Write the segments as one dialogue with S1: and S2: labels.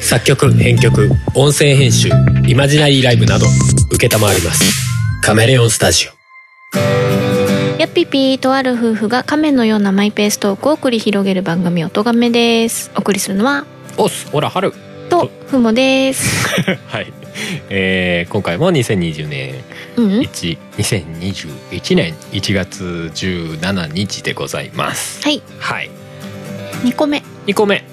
S1: 作曲編曲音声編集イマジナリーライブなど承りますカメレオンスタジオ
S2: やっぴぴーとある夫婦が亀のようなマイペーストークを繰り広げる番組「おとがめ」ですお送りするのは
S1: おっすほら春
S2: とふもです
S1: はい、えー、今回も2020年
S2: うん
S1: 1 2021年1月17日でございます
S2: はい
S1: はい
S2: 2個目
S1: 2個目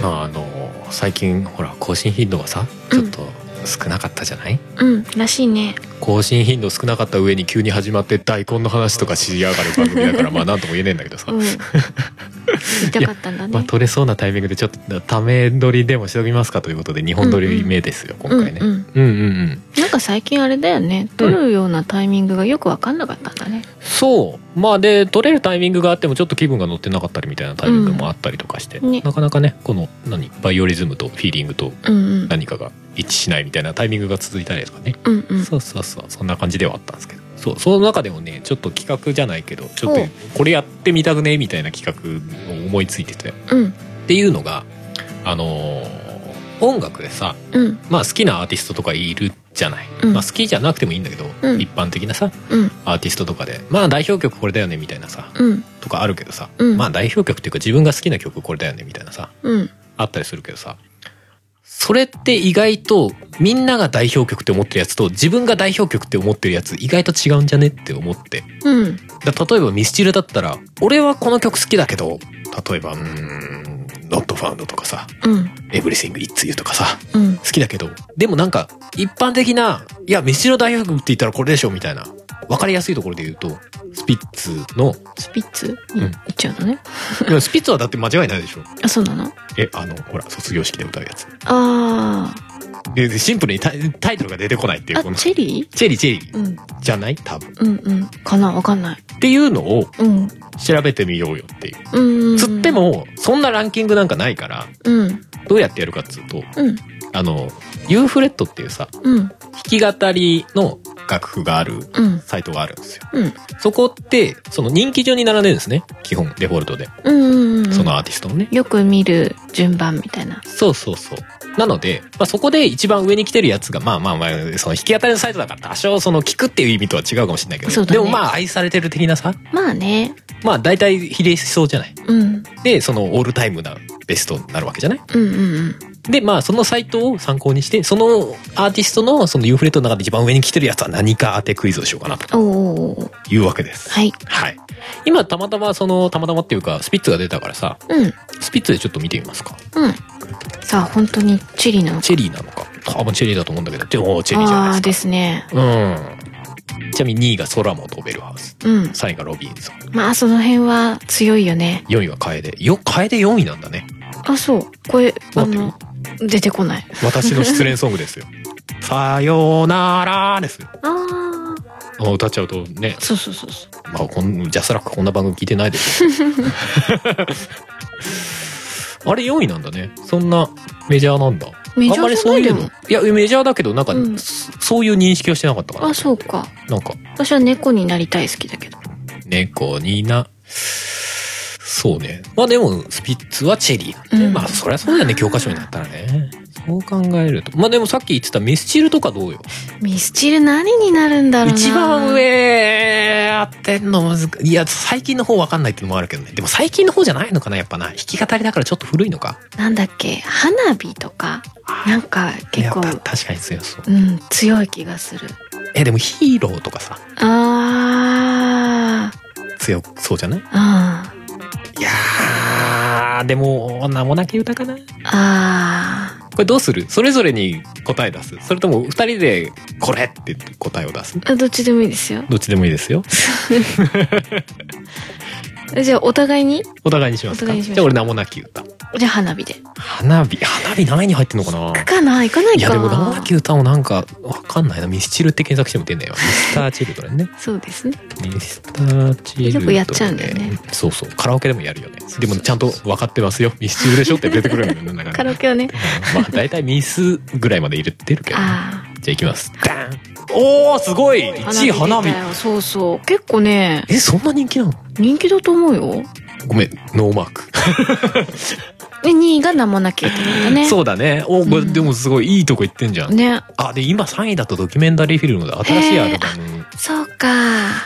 S1: まああの最近ほら更新頻度がさちょっと少なかったじゃない、
S2: うんらしいね
S1: 更新頻度少なかった上に急に始まって大根の話とかしやがる番組だからまあなんとも言えねえんだけどさ、
S2: うん言いたかったんだね
S1: まあ、取れそうなタイミングでちょっとため撮りでもしておきますかということで2本撮り目ですよ、今回ね、
S2: うんう
S1: う
S2: ん、
S1: んうんうん
S2: なんか最近あれだよね撮るようなタイミングがよく分かんなかったんだね
S1: そうまあで撮れるタイミングがあってもちょっと気分が乗ってなかったりみたいなタイミングもあったりとかして、
S2: うんね
S1: なかなかねこの何バイオリズムとフィーリングと
S2: うんうん
S1: 何かが一致しないみたいなタイミングが続いたりとかね、
S2: うんうん
S1: そうそうそうそんな感じではあったんですけどそうその中でもねちょっと企画じゃないけどちょっと
S2: ほう
S1: これやってみたくねみたいな企画を思いついててっ
S2: うん
S1: ていうのがあのー音楽でさ
S2: うん
S1: まあ好きなアーティストとかいるじゃない、
S2: うん
S1: まあ好きじゃなくてもいいんだけど、
S2: うん
S1: 一般的なさ
S2: うん
S1: アーティストとかでまあ代表曲これだよねみたいなさ
S2: うん
S1: とかあるけどさ、
S2: うん
S1: まあ代表曲っていうか自分が好きな曲これだよねみたいなさ
S2: うん
S1: あったりするけどさそれって意外とみんなが代表曲って思ってるやつと自分が代表曲って思ってるやつ意外と違うんじゃねって思って
S2: うん
S1: だ例えばミスチルだったら俺はこの曲好きだけど例えばうーん「Not Found」とかさ
S2: うん
S1: 「Everything It's You」とかさ
S2: うん
S1: 好きだけどでもなんか一般的ないやミスチルの代表曲って言ったらこれでしょみたいな分かりやすいところで言うとスピッツの
S2: スピッツ
S1: ん
S2: いっちゃうのね、
S1: いやスピッツはだって間違いないでしょ
S2: あそうなの
S1: えあのほら卒業式で歌うやつ
S2: あ
S1: ででシンプルにタタイトルが出てこないって
S2: ー
S1: いうこ
S2: あ
S1: の
S2: チェリ
S1: チェリーチェリ
S2: ー、
S1: ー
S2: うん、
S1: じゃない多分
S2: うんうんかなわかんない
S1: っていうのを
S2: うん
S1: 調べてみようよっていう
S2: うん
S1: つってもそんなランキングなんかないから
S2: うん
S1: どうやってやるかっつうと
S2: うん
S1: あのユーフレットっていうさ
S2: うん
S1: 弾き語りの楽譜がある
S2: うん
S1: サイトがあるんですよ
S2: うん
S1: そこってその人気順に並んでるんですね基本デフォルトで
S2: うんうん
S1: そのアーティストのね、
S2: よく見る順番みたいな
S1: そうそうそう。なので、まあ、そこで一番上に来てるやつが、まあまあまあ、その引き当たりのサイトだから多少その聞くっていう意味とは違うかもしれないけど、
S2: そうだ
S1: で
S2: ね
S1: もまあ愛されてる的なさ、
S2: まあね
S1: まあ大体比例しそうじゃない。
S2: うん
S1: で、そのオールタイムなベストになるわけじゃない
S2: うんうん
S1: で、まあそのサイトを参考にして、そのアーティストのそのユーフレットの中で一番上に来てるやつは何か当てクイズをしようかなと
S2: うんおー
S1: いうわけです。
S2: はい
S1: はい。今たまたまその、たまたまっていうか、スピッツが出たからさ、
S2: うん
S1: スピッツでちょっと見てみますか。
S2: うんさあ本当にチェリーなのか
S1: チェリーなのか。多分チェリーだと思うんだけど、でもチェリーじゃないで
S2: あ
S1: すか。
S2: あですね
S1: うん。ちなみに2位が空も飛べるハウス。
S2: うん
S1: 3位がロビンソン。
S2: まあその辺は強いよね
S1: 4位は楓。よ、楓4位なんだね。
S2: あそうこれあの出てこない
S1: 私の失恋ソングですよ。 さよならですよ。
S2: ああ
S1: あ歌っちゃうとね、
S2: そうそうそうそう
S1: まあ、こんジャスラックこんな番組聞いてないでしょ。 あれ4位なんだね。そんなメジャーなんだ。
S2: メジ
S1: あん
S2: ャ
S1: まり
S2: ーじゃ
S1: そ
S2: な
S1: うい
S2: いで
S1: う
S2: も
S1: の。いや、メジャーだけど、なんか、
S2: うん
S1: そそういう認識はしてなかったかな。
S2: あそうか
S1: なんか、
S2: 私は猫になりたい好きだけど
S1: 猫にな。そうね。まあでも、スピッツはチェリーなんで、
S2: うん
S1: まあそりゃそうだよね、教科書になったらね。そう考えると。まあでもさっき言ってたミスチルとかどうよ。
S2: ミスチル何になるんだろうな
S1: 一番上やってんの難しい。いや、最近の方わかんないってのもあるけどね。でも最近の方じゃないのかな、やっぱな。弾き語りだからちょっと古いのか。
S2: なんだっけ花火とかなんか結構
S1: やっぱ確かに強そう。
S2: うん強い気がする
S1: え、でもヒーローとかさ、
S2: あ
S1: 強そうじゃない
S2: ーあー
S1: いやー、でも、名もなき歌かな。
S2: あ
S1: これどうするそれぞれに答え出すそれとも二人でこれって答えを出す
S2: ーあどっちでもいいですよ
S1: どっちでもいいですよ。
S2: えじゃあお互いに
S1: お互いにします
S2: お
S1: か。
S2: 互いにしま
S1: じ
S2: しょう
S1: ゃあ俺名もなき歌。
S2: じゃあ花火で
S1: 花火、花火何位に入ってんのかな
S2: 行くかな行かない
S1: い
S2: か
S1: やでも名もなき歌もなんかわかんないな。ミスチルって検索しても出ないわ。ミスターチルドレンね。
S2: そうですね
S1: ミスターチルドレン。
S2: よくやっちゃうんだよね。
S1: そうそう。カラオケでもやるよね。でもちゃんと分かってますよ。ミスチルでしょって出てくるんだよね。なんかね
S2: カラオケはね
S1: うんまあ大体ミスぐらいまで入れてるけどね。
S2: あ
S1: じゃあいきます。ダンおーすごい
S2: あ
S1: !1 位花火
S2: 出たよそうそう結構ね
S1: えそんな人気なの
S2: 人気だと思うよ
S1: ごめんノーマーク、
S2: で2位が名もなき駅なんだ ね。
S1: そうだねおこれ
S2: うん
S1: でもすごいいいとこ行ってんじゃん、
S2: ね。
S1: あで今3位だとドキュメンタリーフィルムだ新しいアルバム
S2: そうか。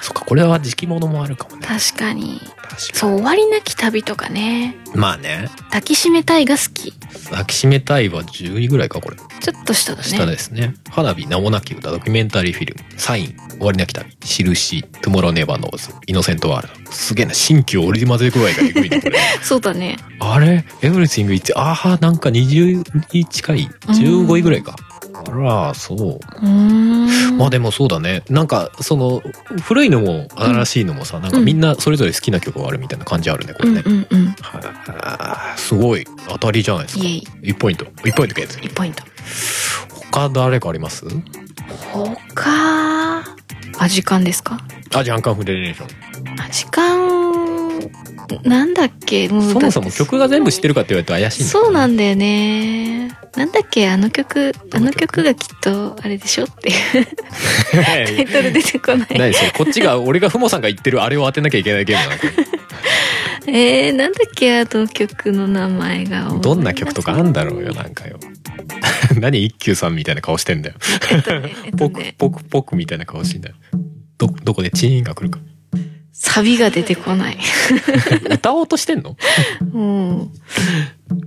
S1: そっかこれは時期物もあるかもね
S2: 確かに。
S1: 確か
S2: そう、終わりなき旅とかね。
S1: にまあね
S2: 抱きしめたいが好き。
S1: 抱きしめたいは10位ぐらいかこれ
S2: ちょっと下だね。
S1: 下ですね花火名もなき歌ドキュメンタリーフィルムサイン終わりなき旅印トゥモローネバーノーズイノセントワールドすげえな新旧織り交ぜ具合がえぐいね これ
S2: そうだね。
S1: あれエブリシング1ああなんか20位近い15位ぐらいかあらそう
S2: うーん。
S1: まあでもそうだねなんかその古いのも新しいのもさ、なんかみんなそれぞれ好きな曲があるみたいな感じあるねこ
S2: う
S1: れ
S2: ん
S1: ね、
S2: うんうん。
S1: あーすごい当たりじゃないですか
S2: イエイ。
S1: 1ポイント1ポイントゲット
S2: 1ポイント。
S1: 他誰かあります
S2: 他、あ、時間ですか
S1: あジャンカンフレレーション
S2: あ、時間、なんだっけもう
S1: そもそも
S2: だって
S1: 曲が全部知ってるかって言われると怪しい
S2: そうなんんだよね。なんだっけあの曲、あの曲がきっと、あれでしょっていう
S1: だ
S2: タイ
S1: ね
S2: トル出てこない。
S1: 何それこっちが俺がふもさんが言ってるあれを当てなきゃいけないゲームなの こ
S2: えー、なんだっけあの曲の名前が
S1: れ。どんな曲とかあんだろうよなんかよ 何一休さんみたいな顔してんだよ
S2: えっとね、えっと
S1: ポク
S2: ね、
S1: ポクポクみたいな顔してんだよどどこでチーンが来るか
S2: サビが出てこない。
S1: 歌おうとしてんの
S2: うん。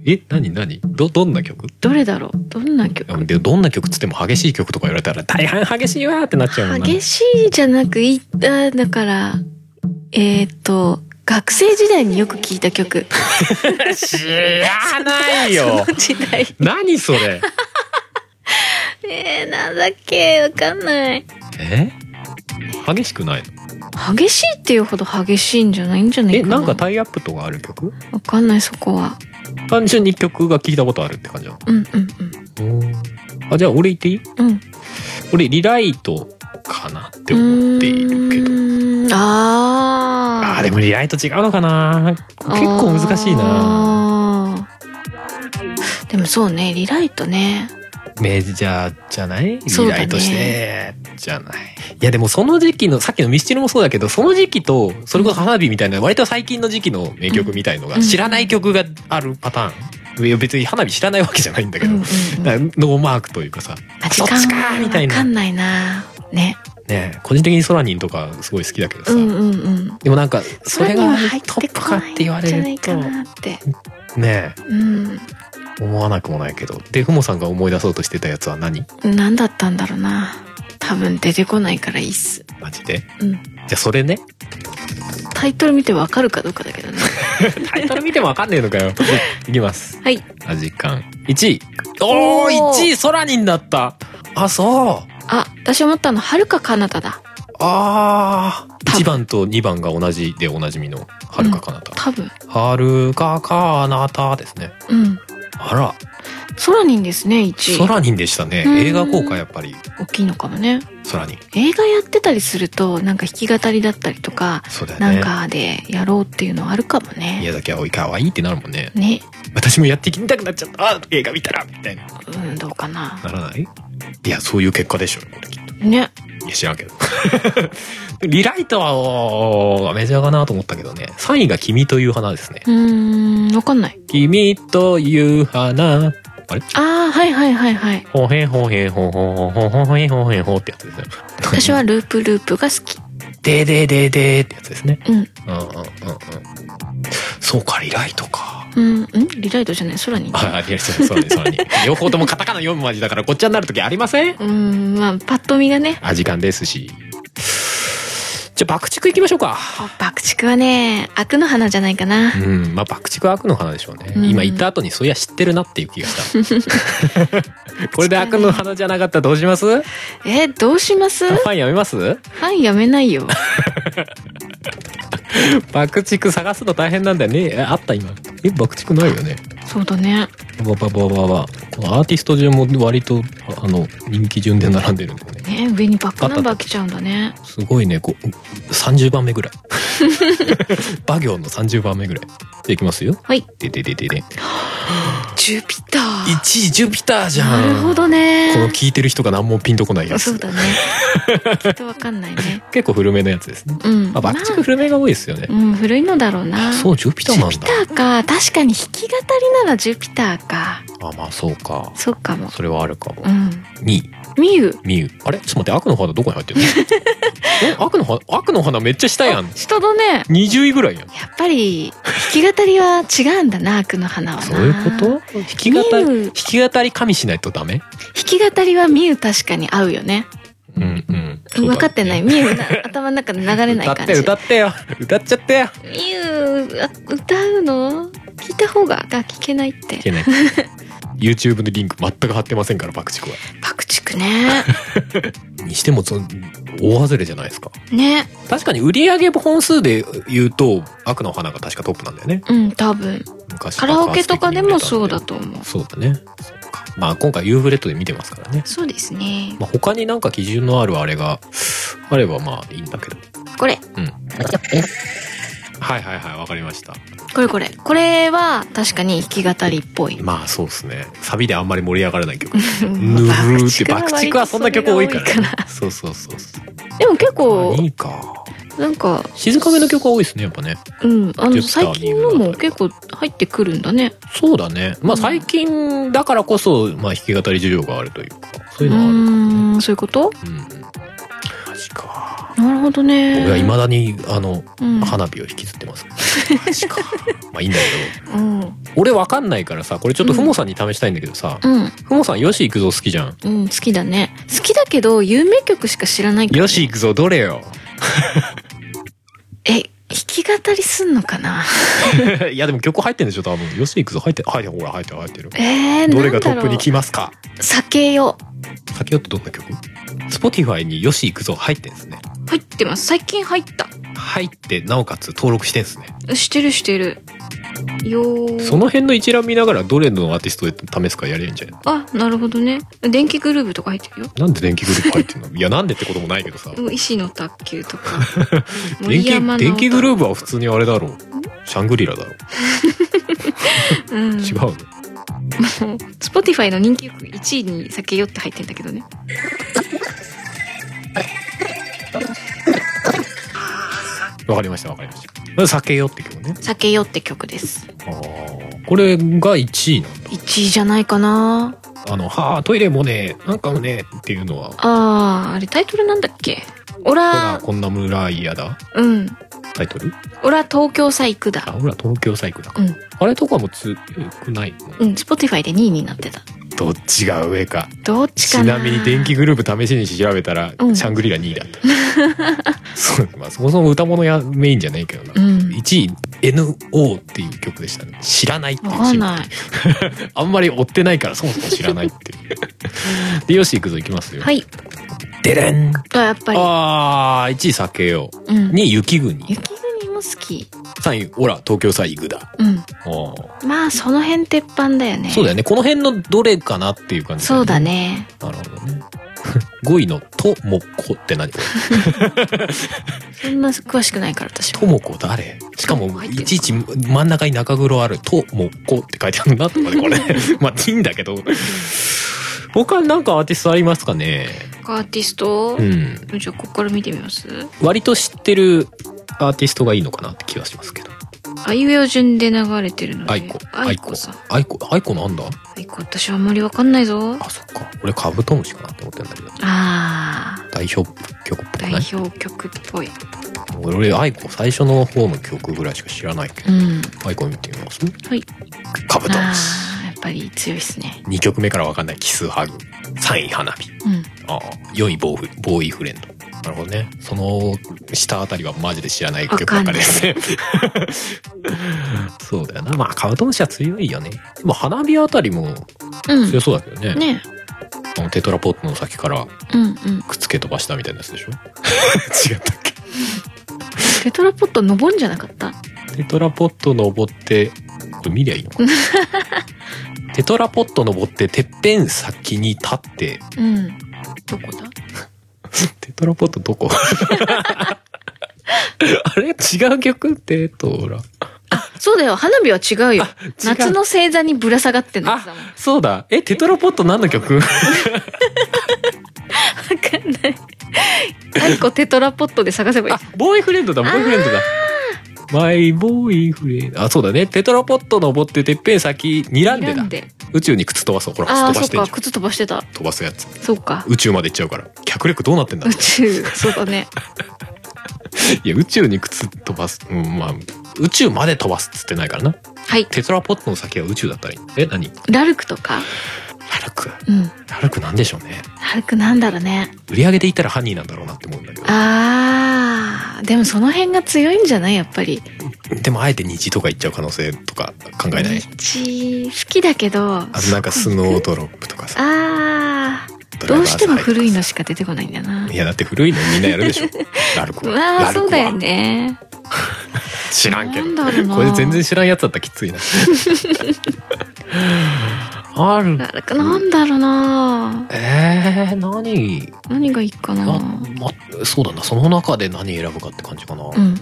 S1: え何何どどんな曲
S2: どれだろうどんな曲
S1: でどんな曲っつっても激しい曲とか言われたら大半激しいわーってなっちゃうもんな
S2: 激しいじゃなく、いった、だから、えーっと、学生時代によく聴いた曲。
S1: 知らないよ
S2: その時代。
S1: 何それ
S2: えー、なんだっけわかんない。
S1: え激しくないの
S2: 激しいっていうほど激しいんじゃないんじゃない
S1: え
S2: かな。
S1: なんかタイアップとかある曲
S2: わかんない、そこは。
S1: 単純に曲が聞いたことあるって感じな
S2: うんうん
S1: のあじゃあ俺言っていい
S2: うん。うん。
S1: 俺リライトかなって思っているけ
S2: う
S1: ど
S2: ーんあ
S1: あ
S2: ー。
S1: ーでもリライト違うのかな結構難しいな
S2: なでもそうねリライトね
S1: メジャーじゃない
S2: そう
S1: リ
S2: だ
S1: ラ
S2: ね
S1: イトしてじゃないいやでもその時期のさっきのミスチルもそうだけどその時期とそれこそ花火みたいな割と最近の時期の名曲みたいの
S2: う
S1: が
S2: ん
S1: 知らない曲があるパターンいや別に花火知らないわけじゃないんだけ
S2: うん
S1: ど
S2: うんうん
S1: だからノーマークというかさ
S2: あ時
S1: どっ
S2: 間
S1: ちかみたい
S2: わ
S1: な
S2: かんないなね
S1: ねえ個人的にソラニンとかすごい好きだけどさ、
S2: うんうんうん
S1: でもなんかそれ
S2: 空には
S1: が
S2: 入
S1: ト
S2: て
S1: ップ
S2: こ
S1: かっ
S2: ない
S1: て言われる
S2: んじ
S1: と
S2: ゃないかなって
S1: ね
S2: うん
S1: え思わなくもないけどでふもさんが思い出そうとしてたやつは何
S2: 何だったんだろうな多分出てこないからいいっす
S1: マジでじ
S2: うん
S1: ゃあそれね
S2: タイトル見てわかるかどうかだ けどね
S1: タイトル見てもわかんねえのか よいきます
S2: はい
S1: あ時間1位お
S2: お
S1: お
S2: ー
S1: 1位ソラニンだったあそう
S2: あ私思ったのはるか彼方だ
S1: あー
S2: 多分
S1: 1番と2番が同じでおなじみの「はるかかなた」
S2: 多分
S1: はるかかなた」ですね
S2: うん
S1: あら
S2: ソラニンですね1位
S1: ソラニンでしたね
S2: うん
S1: 映画効果やっぱり
S2: 大きいのかもね
S1: ソラニン
S2: 映画やってたりするとなんか弾き語りだったりとか、
S1: そうだよ
S2: な
S1: ね
S2: んかでやろうっていうのはあるかもね
S1: 宮崎あおいかわいいってなるもんね
S2: ね、
S1: 私もやってきたくなっちゃったあ映画見たらみたいな
S2: うん、どうかな
S1: ならないいやそういう結果でしょこれきっと
S2: ね
S1: いや知らんけど リライトはおーメジャーかなと思ったけどね3位が「君という花」ですね
S2: うーんわかんない
S1: 「君という花」あれ
S2: ああはいはいはいはい
S1: ほへほへほほほほほへほへほってやつですね
S2: 私はループループが好き
S1: ででででってやつですね
S2: うん
S1: うんうんうんうんそうかリライトか
S2: うんうんリライトじゃない空に
S1: あありがとうございますそうねそうね 両方ともカタカナ読む文字だからごっちゃになる時ありません
S2: うんまあパッと見がね
S1: あ時間ですしじゃあ爆竹行きましょうか
S2: あ爆竹はね悪の花じゃないかな
S1: うんまあ爆竹は悪の花でしょうね、
S2: うん
S1: 今言った後にそういや知ってるなっていう気がした これで悪の花じゃなかったらどうしますフ
S2: えーどうしますフ
S1: ァンやめます
S2: ァンやめないよ
S1: 爆竹探すの大変なんだよねえあった今え爆竹ないよね
S2: そうだね
S1: バババババこのアーティスト順も割とああの人気順で並んでるんだよね
S2: ね上にバックナンバー来ちゃうんだね
S1: すごいねこう30番目 ぐらいバ行の30番目ぐらいでいきますよ
S2: はい
S1: ででででで
S2: ジュピター
S1: 1位ジュピターじゃ
S2: なんるほど
S1: この
S2: ね
S1: 聞いてる人が何もピンとこないや
S2: そう
S1: つ
S2: だねきっとわかんな いね
S1: 結構古めのやつですね
S2: うん
S1: まあバッチク
S2: ま
S1: 古めが多いですよね
S2: あうん古いのだろうな
S1: そうジュピターなん
S2: ジュピ
S1: だ
S2: ターか確かに弾き語りならジュピターか
S1: あまあそうか
S2: そうかも
S1: それはあるかも
S2: うん
S1: 2位
S2: ミユ
S1: ミウあれちょっと待って悪の花どこに入 ってるのえ悪の花悪の花めっちゃ下やん
S2: 下だね
S1: 20位ぐらいやん
S2: やっぱり弾き語りは違うんだな悪の花はな
S1: そういうこと弾き語り
S2: ミウ
S1: 弾き語り加味しないとダメ
S2: 弾き語りはミユ確かに合うよね
S1: うんうんそうだね
S2: 分かってないミユな頭の 中で流れない感じ
S1: 歌ってよ歌ってよ歌っちゃってよ
S2: ミユあ歌うの聞いた方があ聞けない
S1: い
S2: って
S1: けない YouTube のリンク全く貼ってませんから爆竹は
S2: 爆竹 ね
S1: にしてもその大外れじゃないですか
S2: ね
S1: 確かに売上本数で言うと悪の花が確かトップなんだよね
S2: うん多分
S1: 昔
S2: カラオケとかでもそうだと思う
S1: そうだねそうかまあ今回 U フレットで見てますからね、
S2: そうですね
S1: まあ、他になんか基準のあるあれがあればまあいいんだけど
S2: これ
S1: うんはいはいはいわかりました
S2: これこれこれは確かに弾き語りっぽい
S1: まあそうですねサビで あんまり盛り上がらない曲ぬ
S2: ぬ
S1: るーって爆竹はそんな曲多いから,、そうそうそうそう
S2: でも結構
S1: いいか
S2: なんか
S1: 静かめの曲が多いですねやっぱね
S2: うんあ
S1: ジェ
S2: の
S1: スター
S2: 最近のも結構入ってくるんだね
S1: そうだねまあ
S2: うん
S1: 最近だからこそ、まあ、弾き語り需要があるというかそう
S2: う
S1: いうのはある
S2: ーんそういうこと
S1: うんマジか
S2: なるほどね
S1: 僕はいまだにあの、
S2: うん
S1: 花火を引きずってますマジかまあいいんだけ
S2: うん
S1: ど俺わかんないからさこれちょっとふもさんに試したいんだけどさ、
S2: うん
S1: ふもさんよし行くぞ好きじゃん
S2: うん好きだね好きだけど有名曲しか知らないから
S1: よし行くぞどれ よ
S2: え弾き語りすんのかない
S1: やでも曲入ってんでしょ多分よし行くぞ入って入ってほら入ってる入ってる
S2: えー、
S1: どれがト
S2: なん
S1: ッ
S2: だ
S1: プ
S2: ろう
S1: に来ますか
S2: 酒よ
S1: 先ほどどんな曲 ?Spotify に「よし行くぞ」入ってんですね
S2: 入ってます最近入った
S1: 入ってなおかつ登録してんですね
S2: してるしてるよー
S1: その辺の一覧見ながらどれのアーティストで試すかやれんじゃん
S2: あなるほどね電気グルーブとか入ってるよ
S1: なんで電気グループ入ってんのいやなんでってこともないけどさ
S2: でも石の卓球とか
S1: 電気電気グル
S2: ー
S1: ープは普通にあれだろうシャングリラだろう
S2: プ、う
S1: 違
S2: ん、
S1: うの
S2: スポティファイの人気曲1位に酒よって入ってんだけどね
S1: わかりましたわかりました酒よって曲ね
S2: 酒よって曲です
S1: あーこれが1位な
S2: 1位じゃないかな
S1: のあの「はあトイレもねなんかもね」っていうのは
S2: あーあれタイトルなんだっけオ
S1: 「ほら
S2: ラ
S1: こんな村嫌だ
S2: うん」
S1: タイトル
S2: オラ東京さ行く
S1: あ
S2: だ
S1: ほら東京サイクだから、
S2: うん
S1: あれとかも強くないの
S2: うんスポティファイで2位になってた
S1: どっちが上か
S2: どっち
S1: ち
S2: かな
S1: なみに電気グループ試しに調べたら、
S2: うん
S1: シャングリラ2位だった そう、まあ、そもそも歌物やメインじゃないけどな、
S2: うん
S1: 1位 NO っていう曲でしたね知らないっていう
S2: わかん
S1: シ
S2: な
S1: ン
S2: い
S1: プルにあんまり追ってないからそもそも知らないっていう でよし行くぞ行きますよ
S2: はい
S1: でれん
S2: あやっぱり
S1: あー1位酒よ
S2: うん
S1: 2位雪国
S2: 雪国も好き
S1: 3位オラ東京サイグだ
S2: うん
S1: おー
S2: まあその辺鉄板だよね
S1: そうだよねこの辺のどれかなっていう感じ
S2: そうだね
S1: なるほどね 5位の「ともこ」って何
S2: そんな詳しくないから私は
S1: ともこ誰しかも、
S2: 入ってる
S1: いちいち真ん中に中黒ある、ともこって書いてあるなとかね、こ れ。まあ、いいんだけど。他なんかアーティストありますかね
S2: アーティスト
S1: う、ん。
S2: じゃあここから見てみます
S1: 割と知ってるアーティストがいいのかなって気はしますけど。
S2: あいうえお順で流れてるので
S1: アイコ。
S2: アイコさん
S1: アイコ、アイコなんだ
S2: アイコ私はあんまりわかんないぞ
S1: あ、そっか。俺カブトムシかなって思ってんだけど。
S2: あ
S1: 代表曲っぽく
S2: ー代
S1: ない
S2: 表曲っぽい
S1: 俺、アイコ最初の方の曲ぐらいしか知らないけ
S2: う
S1: ど。
S2: ん
S1: アイコ見てみます
S2: はい
S1: カブトム
S2: あ
S1: シ。
S2: ーやっぱり強いっすね
S1: 2曲目からわかんない。奇数ハグ。3位花火。
S2: うん
S1: ああ、良いボーイフボーイフレンド。なるほどね。その下あたりはマジで知らない曲ばっかりですね。 そうだよな。まあ、カブトムシは強いよね。でも、花火あたりも
S2: うん
S1: 強そうだけどね。
S2: ね
S1: あのテトラポットの先から
S2: うんうん
S1: くっつけ飛ばしたみたいなやつで しょ違ったっ
S2: テトラポット登んじゃなかった
S1: けテトラポット登って、これ見りゃいいのか なテトラポット登って、てっぺん先に立って、
S2: うんどこだ
S1: テトラポットど こあれ違う曲テトラ。
S2: そうだよ、花火は違うよ。
S1: う
S2: 夏の星座にぶら下がってんの
S1: あ
S2: さ、わ、
S1: そうだ。え、テトラポット何の曲
S2: かんない。あいこテトラポットで探せばいい
S1: あ。、ボーイフレンドだ、ボーイフレンドだ。マイボーイフレンド。あ、そうだね。テトラポット登っててっぺん先、睨んでだ。宇宙に靴飛ばそう。ほら、
S2: ああ
S1: 靴
S2: ー、
S1: 飛ば
S2: そっ
S1: してんじ
S2: か、
S1: ゃん。
S2: 靴飛ばしてた。
S1: 飛ばすやつ。
S2: そうか。
S1: 宇宙まで行っちゃうから。脚力どうなってんだ
S2: 宇宙、そうだね。
S1: いや、宇宙に靴飛ばす。うん、まあ、宇宙まで飛ばすっつってないからな。
S2: はい。
S1: テトラポットの先は宇宙だったらいい。え、何
S2: ラルクとか。
S1: ラルク。
S2: うん。
S1: ラルクなんでしょうね。
S2: ラルクなんだろうね。
S1: 売り上げで言ったらハニーなんだろうなって思うんだけ
S2: ああ、でもその辺が強いんじゃないやっぱり。
S1: ど。でも、あえて日とか行っちゃう可能性とか考えない。
S2: 日好きだけど。
S1: あとなんかスノードロップとかさ。
S2: ああ、
S1: ドラ
S2: ど
S1: イバ
S2: う
S1: ーズ
S2: しても
S1: ハイとかさ
S2: 古いのしか出てこないんだ な。
S1: いや、だって古いのみんなやるで しょ。ラルクは。
S2: まあ
S1: ラルクは
S2: そうだよ。ね。
S1: 知らんけ
S2: なんだろうな
S1: ど。これ全然知らんやつだったらきついな。 ある
S2: ラ。ルクなんだろうな。
S1: えー、何
S2: 何がいいかな。
S1: あ、ま、そうだな。その中で何選ぶかって感じかな。
S2: うん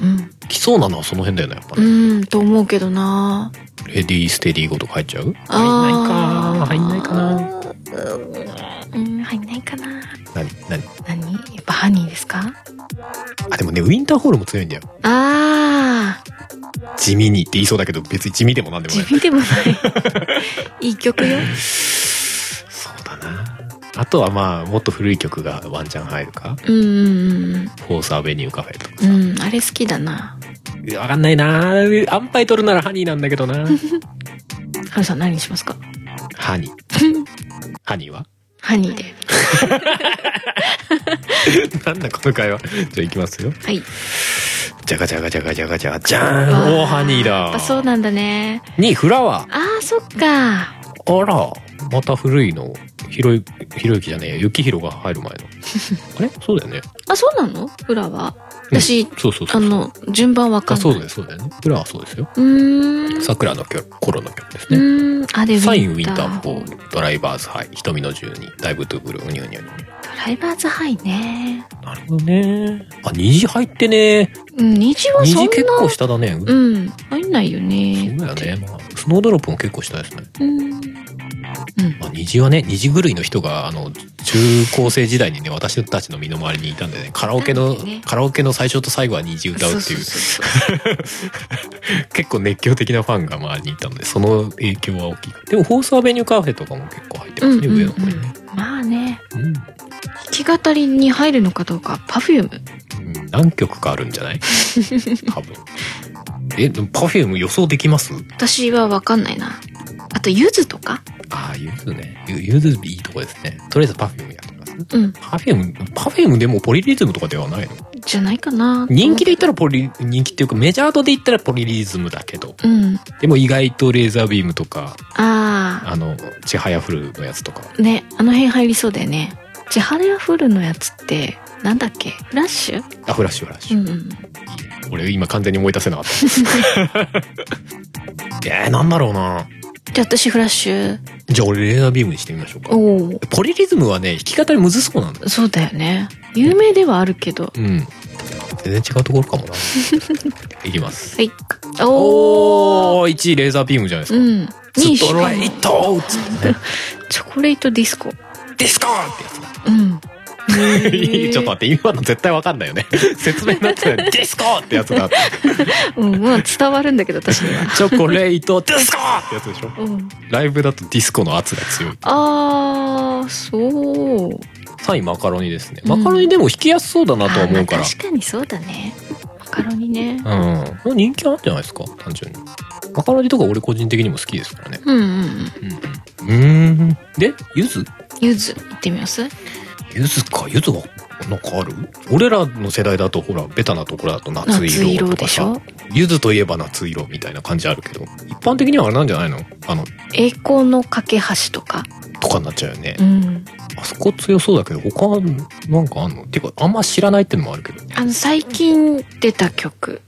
S1: 来そうなのはその辺だよね、やっぱ
S2: う
S1: ね。
S2: ん。うん、と思うけどな。
S1: レディーステディー語とか入っちゃう
S2: あー
S1: 入んないか入んないかな。
S2: うん、入んないかな。
S1: 何何
S2: 何やっぱハニーですか
S1: あ、でもね、ウィンターホールも強いんだよ。
S2: ああ、
S1: 地味にって言いそうだけど、別に地味でもなんでも
S2: 地
S1: ない。
S2: 味で もない。いい曲よ。
S1: そうだな。あとはまあ、もっと古い曲がワンチャン入るか。
S2: うんうんうん
S1: フォースアベニューカフェとか
S2: う
S1: さ。
S2: ん。うん、あれ好きだな。
S1: わかんないなアンパイ取るならハニーなんだけどな
S2: ハルさん何にしますか
S1: ハニー。 ハニーは
S2: ハニーで。
S1: なんだこの会話。じゃあ行きますよ。
S2: はい。
S1: じゃがじゃがじゃがじゃがじゃがじゃーんおーハニー
S2: やっぱ
S1: だ
S2: そうなんだね。
S1: にフラワー。
S2: ああ、そっか。
S1: あら、また古いの。ひろゆひろゆきじゃねえや。ゆきひろが入る前 の。あれそうだよね。
S2: あ、そうなのフラは。
S1: うん
S2: 私、
S1: そうそうそう。
S2: あの、順番わか
S1: あ、
S2: んな
S1: そ
S2: い。
S1: うだよ、そうだよね。フラワーそうですよ。
S2: うーん。
S1: 桜の曲頃の曲です
S2: う
S1: ね。
S2: ーん。あ、で、
S1: サイン、ウィンター、フ
S2: ド
S1: ォール、ドライバーズ、ハイ、瞳の十二、ダイブトゥブルー、うにゅうにゅうにゅう。
S2: ライバーズハイね。
S1: なるほどね。あ、虹入ってね。
S2: うん、虹はそん
S1: 虹
S2: な。
S1: 結構下だね。うん
S2: うん。入んないよ
S1: そう
S2: ね。
S1: だよね。まあ、スノードロップも結構下ですね。
S2: うん。うん。
S1: まあ、虹はね、虹狂いの人が、あの、中高生時代にね、私たちの身の回りにいたんでね、カラオケの、
S2: そうだよね
S1: カラオケの最初と最後は虹歌うって
S2: そ
S1: いう、
S2: そ
S1: 結構熱狂的なファンが周りにいたので、その影響は大きい。でも、フォースアベニューカフェとかも結構入って
S2: う
S1: ま
S2: ん
S1: す
S2: う
S1: ね、
S2: ん
S1: 上
S2: うん
S1: の方にね。
S2: まあね、
S1: うん
S2: 弾き語りに入るのかどうか、パフューム。
S1: うん何曲かあるんじゃ ない多分。え、でもパフューム予想できます
S2: 私はわかんないな。あと、ゆずとか
S1: ああ、ゆずね。ゆゆずいいとこですね。とりあえずパフュームやってみます
S2: うん。
S1: パフューム、パフュームでもポリリズムとかではないの
S2: じゃないかな。
S1: 人気で言ったらポリ、人気っていうかメジャードで言ったらポリリズムだけど、
S2: うん。
S1: でも意外とレーザービームとか、
S2: あ
S1: あの、ちはやふるのやつとか。
S2: あ。ね、あの辺入りそうだよね。千春やフルのやつって、なんだっけフラッシュ
S1: あ、フラッシュフラッシ
S2: う
S1: ュ。
S2: んうん。
S1: 俺今完全に思い出せなかった。 えー、なんだろうな
S2: じゃあ私フラッシュ。
S1: じゃあ俺レーザービームにしてみましょうか。
S2: おお。
S1: ポリリズムはね、弾き方りむずそうなんだよ。
S2: そうだよね。有名ではあるけど。
S1: うん。全然違うところ かもな。いきます。
S2: はい。おお。
S1: おー、1位レーザービームじゃないです
S2: う
S1: か。
S2: ん。2位し
S1: スト
S2: か
S1: ラ
S2: も
S1: イトつってね、
S2: チョコレートディスコ。
S1: ディスコーってやつだ。
S2: うん。
S1: いいちょっと待って今の絶対わかんないよね 説明になってたよ ディスコってやつが
S2: うん、まあ伝わるんだけど私には。
S1: チョコレートディスコってやつでしょ
S2: うん。
S1: ライブだとディスコの圧が強い
S2: あー、そう。
S1: 3位マカロニですね
S2: うん
S1: マカロニでも弾きやすそうだなとは思うか
S2: あ
S1: ら
S2: まあ確かにそうだね。マカロニね。
S1: うんもう人気あるんじゃないですか単純にマカロニとか俺個人的にも好きですからね
S2: うんうんうん。
S1: うんうんでゆず
S2: ゆず、行ってみます
S1: ゆずかゆずはなんかある俺らの世代だとほらベタなところだと夏
S2: 夏
S1: 色
S2: 色
S1: と
S2: で
S1: か
S2: し
S1: さ
S2: ょ
S1: ゆずといえば夏色みたいな感じあるけど一般的にはあれなんじゃないのあの
S2: 栄光の架け橋とか。
S1: とかになっちゃうよね
S2: う、ん。
S1: あそこ強そうだけど他なんかあんのっていうかあんま知らないってのもあるけどう
S2: あの、最近出た曲。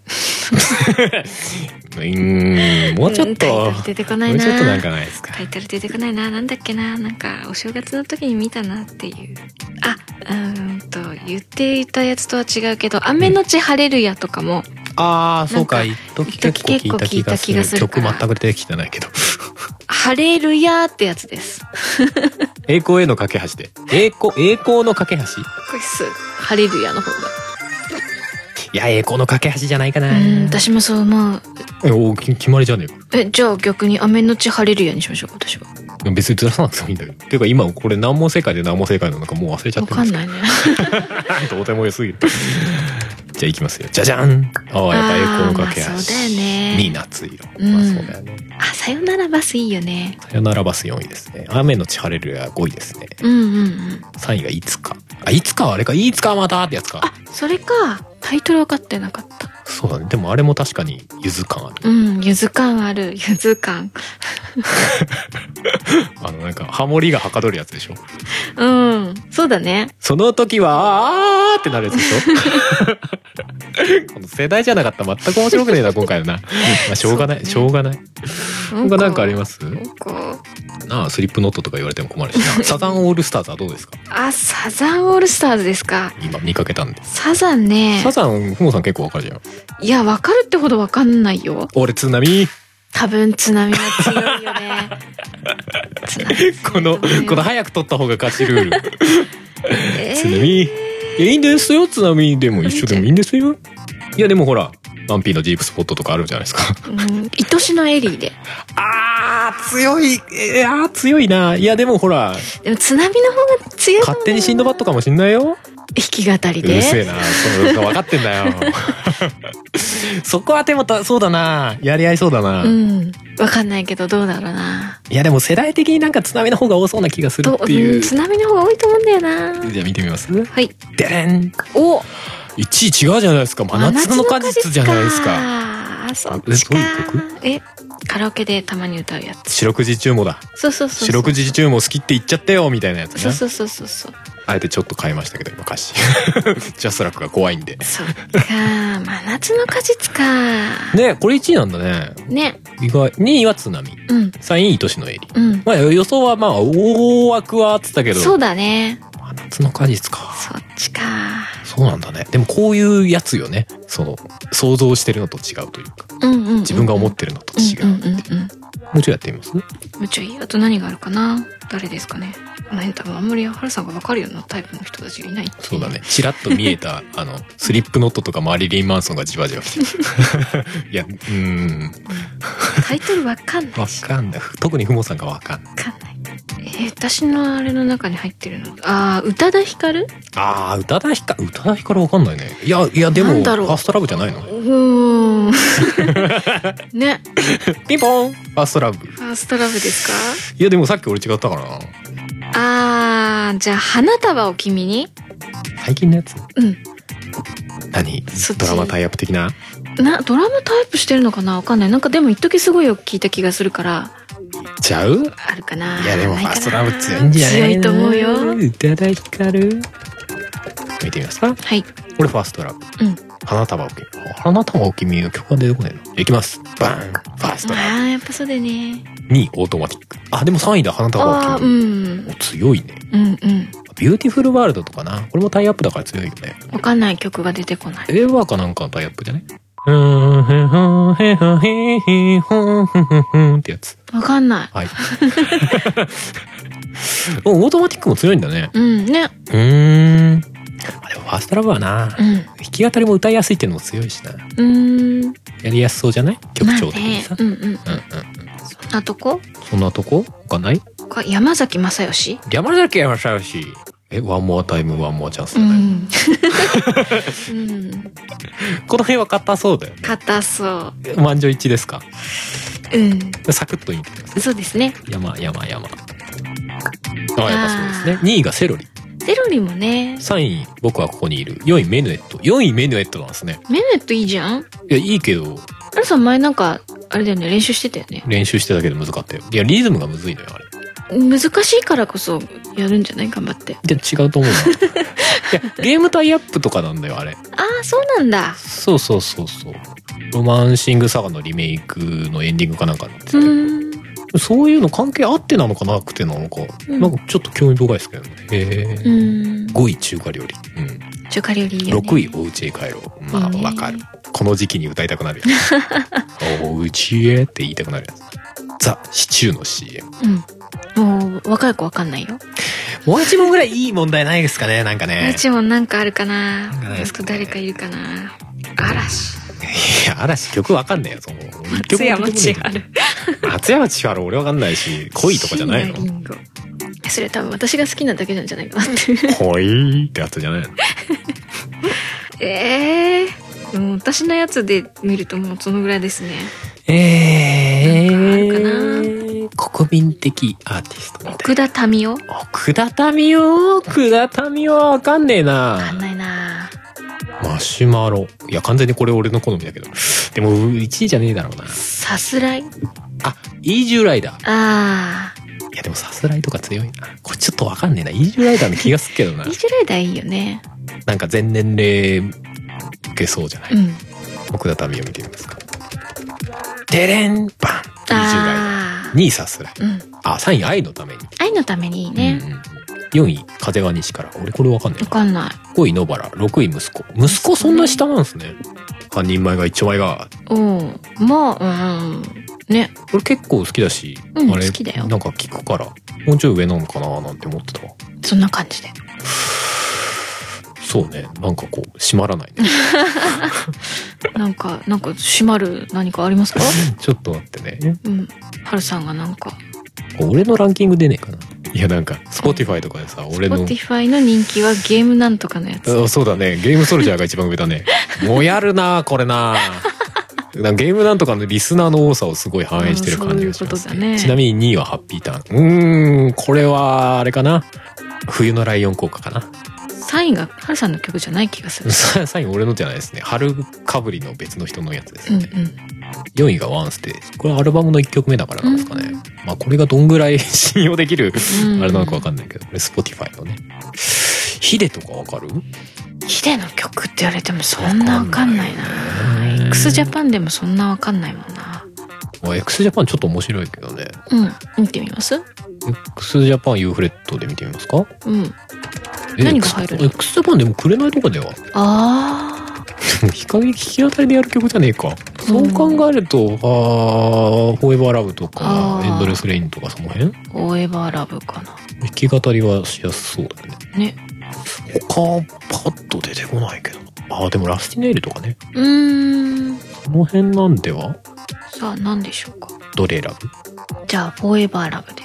S1: ーんもうちょっと、
S2: うんタイト
S1: も
S2: ル出てこないうな。
S1: ちょっとなんかないですか
S2: タイトル出てこないな。なんだっけな。なんか、お正月の時に見たなっていう。あ、ーんと言っていたやつとは違うけど「雨のち晴れるや」とかも、
S1: ああそうか
S2: なん
S1: 一時結構聞いた気がする
S2: 一時結構聞いた気がするか
S1: 曲
S2: ら
S1: 全く出てきてないけど
S2: 晴れるやってやつです。
S1: 栄光への架け橋で栄光栄光の架け橋
S2: これす、晴れるやの方が。
S1: いや栄光の架け橋じゃないかな
S2: うん、私もそう思う。
S1: えおき決まりじゃねえか
S2: え、じゃあ逆に雨のち晴れるやにしましょうか、私は。
S1: 別にずらさなくてもいいんだけどっていうか今これ難問正解で難問正解なのかもう忘れちゃっ
S2: わ
S1: て
S2: か
S1: るん
S2: ん
S1: です
S2: ないね。
S1: けどどうでもよすぎるじゃあいきますよじゃじゃんああやっぱ栄光の架け橋
S2: あーまあそうだよね
S1: に夏色、
S2: うん
S1: まあそうだよね
S2: あ、さよならバスいいよね。
S1: さよならバス4位ですね雨のち晴れるや5位ですね
S2: うんうんうん。
S1: 3位がいつかあいつかはあれかいつかはまたってやつか
S2: あ、それか。タイトル分かってなかった。
S1: そうだねでもあれも確かにゆず感ある
S2: うん、ゆず感ある。ゆず感。
S1: あのなんかハモリがはかどるやつでしょ
S2: うん、そうだね。
S1: その時はあーってなるやつ でしょこの世代じゃなかったら全く面白くねえな今回のな、まあ、しょうがない、
S2: そう
S1: しょ
S2: ね
S1: うがない他なんかあります
S2: なんか
S1: なあスリップノットとか言われても困るしなサザンオールスターズはどうですか
S2: あ、サザンオールスターズですか。
S1: 今見かけたんで
S2: サザンね
S1: サ。ザンふもさん結構わかるじゃん
S2: いや、分かるってほど分かんないよ。
S1: 俺津波
S2: 多分津波は強い よね。津波強い
S1: この
S2: と思うよ
S1: この早く取った方が勝ちルール
S2: えー
S1: 津波いやいいんですよ津波でも一緒でもいいんですよいやでもほらワンピーのジープスポットとかあるじゃないですか
S2: うん、愛しのエリーで。
S1: あー強いえー、あー強いないやでもほら
S2: でも津波の方が強いと
S1: 勝
S2: 思うんだ
S1: 手
S2: よな
S1: にシンドバッドかもしんないよ
S2: 弾き語り
S1: うるせ
S2: で。
S1: えなその分かってんだよ そこはでもたそうだなやり合いそうだな、
S2: う
S1: い
S2: ん。わかんないけどどうだろうな。
S1: やでも世代的になんか津波の方が多そうな気がする
S2: と、
S1: っていううん
S2: 津波の方が多いと思うんだよな。
S1: じゃあ見てみます
S2: はい。
S1: でれん
S2: お
S1: 1位違うじゃないですか真夏の果実じゃないですか
S2: か。あ、そっ
S1: え
S2: ちか
S1: どういう曲。
S2: え、カラオケでたまに歌うやつ。
S1: 四六時中もだ
S2: そうそうそうそう。
S1: 四六時中も好きって言っちゃったよみたいなやつ
S2: そう
S1: ね
S2: そうそうそうそう。
S1: あえてちょっと変えましたけど今歌詞 ジャスラックが怖いんで
S2: そっか。 真夏の果実か。
S1: ねこれ1位なんだね
S2: ね。
S1: 意外2位は津波
S2: うん。
S1: 3位愛しのエリ
S2: うん。
S1: まあ予想はまあ大枠はあってたけど
S2: そうだね。
S1: 真夏の果実か
S2: そっちか。
S1: そうなんだねでもこういうやつよねその想像してるのと違うというか
S2: うんうん、うん。
S1: 自分が思ってるのと違う、
S2: うんうんうんうん。
S1: もうちょいやってみます
S2: むちょい。あと何があるかな誰ですかね。この辺多分あんまり春さんがわかるようなタイプの人たちがいない。
S1: そう だ。ねちらっと見えたあのスリップノットとかマリリン・マンソンがじわじわ 来ていやうーん
S2: タイトルわかんな
S1: わ
S2: いし。
S1: かんない特にふもさんがわかんない
S2: わかんない。えー私のあれの中に入ってるの。ああ、宇多田ヒカル
S1: あー宇多田ヒカル宇多田ヒカルわかんないねいやいやでも
S2: な
S1: フ
S2: んだろう
S1: ァーストラブじゃないの
S2: うーん。ね。
S1: ピンポンファーストラブ
S2: ファーストラブですか
S1: いやでもさっき俺違ったからな
S2: ああ、じゃあ花束を君に
S1: 最近のやつ
S2: うん。
S1: 何
S2: そっち
S1: ドラマタイアップ的な
S2: な、ドラマタイプしてるのかなわかんない。なんかでも一時すごいよく聞いた気がするから、
S1: ちゃう
S2: あるかない
S1: やでも
S2: な
S1: フ
S2: いか
S1: ァー
S2: な
S1: ストラブ強いんじゃない
S2: 強いと思うよ。
S1: 宇多田ヒカル見てみますか
S2: はい。
S1: これファーストラブ
S2: うん。
S1: 花束を君花束を君の曲が出てこないのいきますバーンファーストラ
S2: ああ、やっぱそうだよね。
S1: ブ2位オートマティックあでも3位だ花束
S2: あ
S1: を
S2: あ、う
S1: 君
S2: ん。
S1: お強いね
S2: うんうん。
S1: ビューティフルワールドとかなこれもタイアップだから強いよね
S2: わかんない曲が出てこない。
S1: エヴァかなんかのタイアップじゃねうーんへほんへほんへへほんふんふんふんってやつ
S2: わかんない。
S1: はいおオートマティックも強いんだね
S2: うん、ね。
S1: うーんあでもファーストラブはな
S2: うん。
S1: 弾き語りも歌いやすいっていうのも強いしな
S2: うーん。
S1: やりやすそうじゃない曲調的にさ、
S2: まあね、うんう
S1: うんうん
S2: ん。
S1: うん
S2: そんなとこ
S1: そんなとこ他ない
S2: か山崎まさよし
S1: 山崎山さよしえワンモアタイムワンモアチャンス
S2: う
S1: だね、
S2: ん。うん。
S1: この辺は硬そうだよ
S2: 硬そう。
S1: 満場一致ですか
S2: うん。
S1: サクッと見てくださ
S2: そうですね。
S1: い山山山あやっぱそうですね2位がセロリ
S2: セロリもね。
S1: 3位僕はここにいる4位メヌエット4位メヌエットなんですね
S2: メネットいいじゃん
S1: いやいいけど
S2: あれさん前なんか、あれだよね、練習してたよね。
S1: 練習してたけど難かったよいやリズムがむずいのよあれ
S2: 難しいからこそやるんじゃない頑張って。
S1: で違うと思うな いやゲームタイアップとかなんだよあれ
S2: ああ、そうなんだ。
S1: そうそうそうそう。ロマンシングサガのリメイクのエンディングかなんかなんです
S2: う
S1: よね
S2: ーん。
S1: そういうの関係あってなのかなくてなのか、
S2: うん
S1: なんかちょっと興味深いですけどねへえ、
S2: うん
S1: 5位中華料理、うん
S2: 中華料理いいよ、ね、
S1: 6位お家へ帰ろうまあ
S2: いいね
S1: わかるこの時期に歌いたくなるや つお家へって言いたくなるやつザ・シチューの CM
S2: うんもう若い子わかんないよ
S1: もう一問ぐらいいい問題ないですかねなんかね
S2: うちもなんかあるか
S1: な
S2: な
S1: んかない
S2: あ
S1: ですか
S2: と
S1: ね
S2: 誰かいるかな嵐
S1: いや嵐曲わかんねえよその
S2: 松山千春
S1: 松山千春俺わかんないし恋とかじゃ ないの
S2: 椎名林檎それ多分私が好きなだけなんじゃないかなって
S1: 恋ってやつじゃないの
S2: ええー、でも私のやつで見るともうそのぐらいですね
S1: え
S2: なん
S1: ー、国民的アーティストみたい
S2: 奥田民生
S1: な奥田民生奥田民生はわかんねえ
S2: わかん
S1: な
S2: ないな
S1: マシュマロいや完全にこれ俺の好みだけどでも1位じゃねえだろうな
S2: さすらい
S1: あイージューライダー
S2: あ
S1: いやでもさすらいとか強いなこれちょっとわかんねえなイージューライダーの気がすっけどな
S2: あイジュライダーいいよね
S1: なんか全年齢受けそうじゃない
S2: うん
S1: 奥田民を見てみますか。デレンバン !20 代。
S2: あ
S1: 2位さすらい。
S2: あうん
S1: あ、3位愛のために。
S2: 愛のためにいいね
S1: うんうん4位風は西から。俺これわかんない
S2: わ。かんない
S1: 5位野原。6位息子。息子そんな下なんですね。半人前が一丁前が。
S2: うんまあうんね
S1: 俺結構好きだし。
S2: うん
S1: あれ
S2: 好きだよ
S1: なんか聞くから。もうちょい上なのかななんて思ってたわ。
S2: そんな感じで
S1: そうね。なんかこう、閉まらないね。
S2: なんかなんか閉まる何かありま すか
S1: ちょっと待ってね。
S2: うんハルさんがなんか
S1: 俺のランキング出ねえかな。いやなんか、Spotify とかでさ、俺の。
S2: Spotify の人気はゲームなんとかのやつ
S1: あそうだね。ゲームソルジャーが一番上だ ね。もうやるなこれななんかゲームなんとかのリスナーの多さをすごい反映してる感じがします、
S2: あーそういうことだね
S1: ちなみに2位はハッピーターン。うーん、これは、あれかな冬のライオン効果かな
S2: サインがハルさんの曲じゃない気がする
S1: ササイン俺のじゃないですね。春かぶりの別の人のやつです
S2: うんう
S1: ね。
S2: ん
S1: 4位がワンステージ。これアルバムの1曲目だからなんですかね。
S2: うん
S1: まあこれがどんぐらい 信用できる、
S2: うん
S1: あれなのかわかんないけど、これ Spotify のね。ヒデとかわかる
S2: ヒデの曲って言われてもそんなわかんない
S1: わかんない
S2: な
S1: ね
S2: x ジャパンでもそんなわかんないもんな
S1: まあ x ジャパンちょっと面白いけどね。
S2: うん見てみます
S1: x ジャパンユーフレットで見てみますか
S2: うん
S1: え
S2: 何が入るの
S1: X X ジャパンでも紅とかでは
S2: あ
S1: 日陰聞き当たりでやる曲じゃねえか、そう考えるとあーフォーエバーラブとか
S2: あー
S1: エンドレスレインとかその辺
S2: ーオーエバーラブかな
S1: 弾き語りはしやすそうだよね
S2: ね
S1: 他パッと出てこないけどあーでもラスティネイルとかね
S2: うーん
S1: その辺なんでは
S2: さあ何でしょうか
S1: どれ選ぶ
S2: じゃあフォーエバーラブで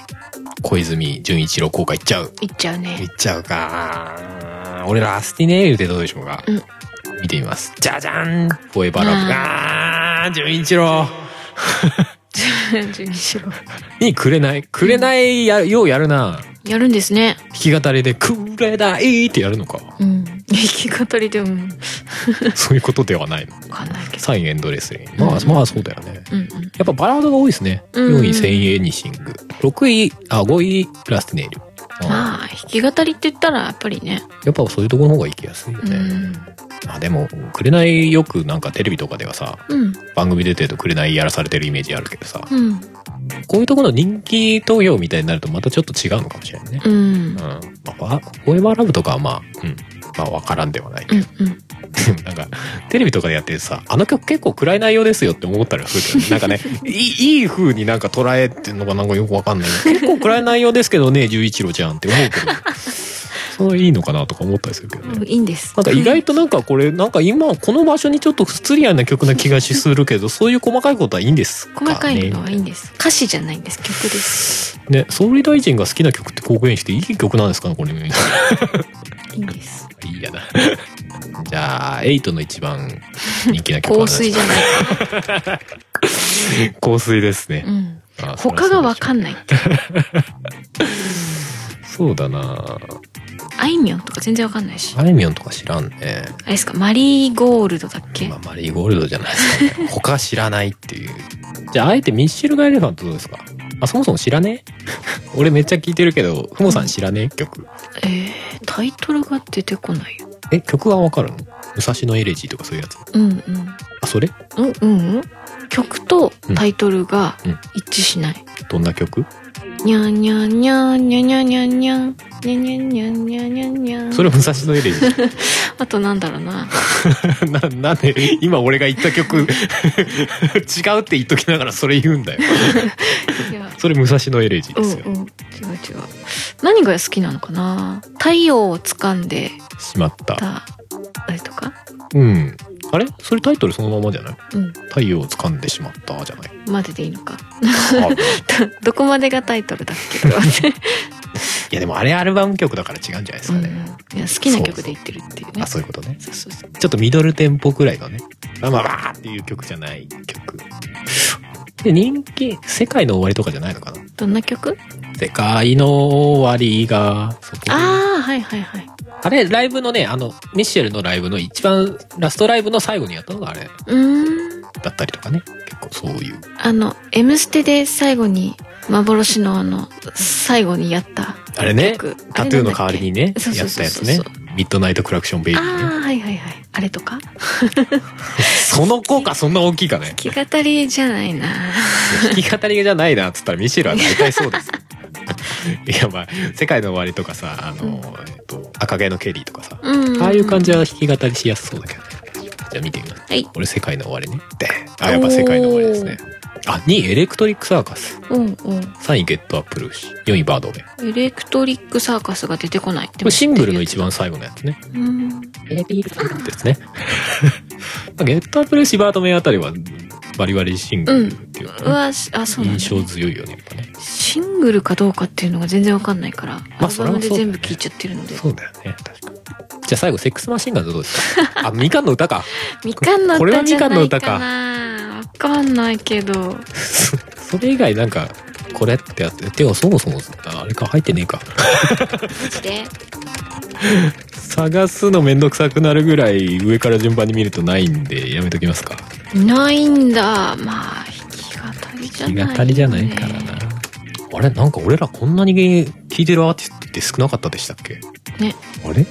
S1: 小泉純一郎効果いっちゃう
S2: いっちゃうね
S1: いっちゃうか俺ラスティネイルでどうでしょうか、
S2: うん
S1: 見てみますじゃじゃんフォーエバーラブがあー純一郎
S2: 純一郎
S1: にくれないくれないやようやるな
S2: やるんですね
S1: 弾き語りで「くれない」ってやるの か
S2: うん弾き語りでもうん
S1: そういうことではないの
S2: わかんないけど
S1: サインエンドレスにまあ
S2: うん
S1: まあそうだよね
S2: うんうん
S1: やっぱバラードが多いですね
S2: うん
S1: 4位「千円にシング」6位あ5位「ラスティネイル」あ
S2: まあ弾き語りって言ったらやっぱりね
S1: ーやっぱそういうところの方が行きやすいよ
S2: う
S1: ね、
S2: ん
S1: まあでも「くれない」よくなんかテレビとかではさ
S2: うん
S1: 番組出てると「くれない」やらされてるイメージあるけどさ
S2: うん
S1: こういうところの人気投票みたいになるとまたちょっと違うのかもしれないね
S2: うんうん
S1: うん、まあわフォーエバーラブとかはまあ、うん、まあ分からんではない
S2: うん
S1: なんか、テレビとかでやっててさ、あの曲結構暗い内容ですよって思ったりはするけどね、なんかね、いいいい風になんか捉えてんのがなんかよくわかんない。結構暗い内容ですけどね、十一郎ちゃんって思うけど、それいいのかなとか思ったりするけど
S2: うん
S1: ね。
S2: いいんです
S1: なんか意外となんかこれ、なんか今この場所にちょっと不釣り合いな曲な気がしするけど、そういう細かいことはいいんですかね。
S2: 細かいのはいいんです歌詞じゃないんです曲です
S1: ね、総理大臣が好きな曲って公言していい曲なんですかね、これ。
S2: いいんです
S1: いいや な。じゃあ、エイトの一番人気な曲
S2: 香水じゃない
S1: 香水ですね
S2: う。ん
S1: あ
S2: 他がわかんないって
S1: そうだな
S2: あいみょんとか全然わかんないしあ
S1: あいみょんとか知らんね。
S2: れですかマリーゴールドだっけ
S1: まあ、マリーゴールドじゃないです かね。他知らないっていう。じゃあ、あえてミッシェルガエレファントどうですかあ、そもそも知らね え俺めっちゃ聞いてるけど、ふもさん知らねえ曲。
S2: えー、タイトルが出てこないよ
S1: え、曲はわかるの武蔵野エレジーとかそういうやつ。
S2: うんうん
S1: あ、それ
S2: うんうんうん曲とタイトルが一致しない。
S1: どんな曲
S2: にゃんにゃんにゃんにゃんにゃんにゃんにゃんにゃんにゃんにゃんにゃんにゃんにゃん
S1: それ武蔵野エレジー
S2: あとなんだろうな。
S1: ななんで今俺が言った曲 違うって言っときながらそれ言うんだよ
S2: いや
S1: それ武蔵野エレジー
S2: うん
S1: で
S2: うん
S1: すよ、
S2: 違う違う何が好きなのかな太陽を掴んで
S1: しまった
S2: たあれとか
S1: うんあれそれタイトルそのままじゃない
S2: うん
S1: 太陽を掴んでしまったじゃない
S2: まででいいのか
S1: あ
S2: どこまでがタイトルだっけとかって、
S1: いやでもあれアルバム曲だから違うんじゃないです
S2: う
S1: か
S2: ん
S1: ね、
S2: いや好きな曲で言ってるっていうね
S1: あそういうことね
S2: そうそうそう
S1: ちょっとミドルテンポくらいのねまあまあまあっていう曲じゃない曲で人気世界の終わりとかじゃないのかな
S2: どんな曲
S1: 世界の終わりがそこに
S2: ああはいはいはい
S1: あれライブのねあのミシェルのライブの一番ラストライブの最後にやったのがあれ
S2: うーん
S1: だったりとかね結構そういう
S2: あの「M ステ」で最後に幻のあの最後にやった
S1: あれね
S2: 曲あ
S1: タ
S2: れ
S1: トゥーの
S2: なんだっけ
S1: 代わりにね
S2: そう
S1: や
S2: そ
S1: っ
S2: う
S1: た
S2: そう
S1: やつ
S2: そう
S1: ねミッドナイトクラクションベイビーね
S2: ああはいはいはいあれとか
S1: その効果そんな大きいかね
S2: 弾き語りじゃないな
S1: 弾き語りじゃないなっつったらミシェルは大体そう ですよいやまあ「世界の終わり」とかさあの、
S2: うん
S1: えっと「赤毛のケリー」とかさ
S2: うん
S1: ああいう感じは弾き語りしやすそうだけどねじゃあ見てみます
S2: はい
S1: 俺「世界の終わりね」であやっぱ「世界の終わり」ですねあ2位エレクトリックサーカス
S2: うんうん
S1: 3位ゲットアップルーシ4位バードウェイこ
S2: エレクトリックサーカスが出てこないで
S1: れシングルの一番最後のやつね
S2: うん
S1: ですね ゲットアップルーシバードウェイあたりはバリバリシングルっていうか
S2: う
S1: ね
S2: わしあそうなんだ
S1: 印象強いよねやっぱね
S2: シングルかどうかっていうのが全然わかんないから、
S1: まあ
S2: アルバムで
S1: それはそうだよね
S2: 全部聴いちゃってるので
S1: そうだよね確かにじゃあ最後セックスマシンガンズどうです かあみかんの歌か
S2: みかんの
S1: これは
S2: 歌
S1: み
S2: じ
S1: か
S2: ゃ
S1: んの
S2: ない
S1: 歌
S2: か
S1: か
S2: なわかんない けど
S1: そそれ以外なんかこれってやっててかそもそもああれか入ってねえか
S2: で
S1: 探すのめんどくさくなるぐらい上から順番に見るとないんでやめときますか
S2: ないんだまあ弾き語りじゃ
S1: 日
S2: ない、
S1: 当たりじゃないからなあれなんか俺らこんなに聴いてるアーティストって少なかったでしたっけ
S2: ね
S1: あれ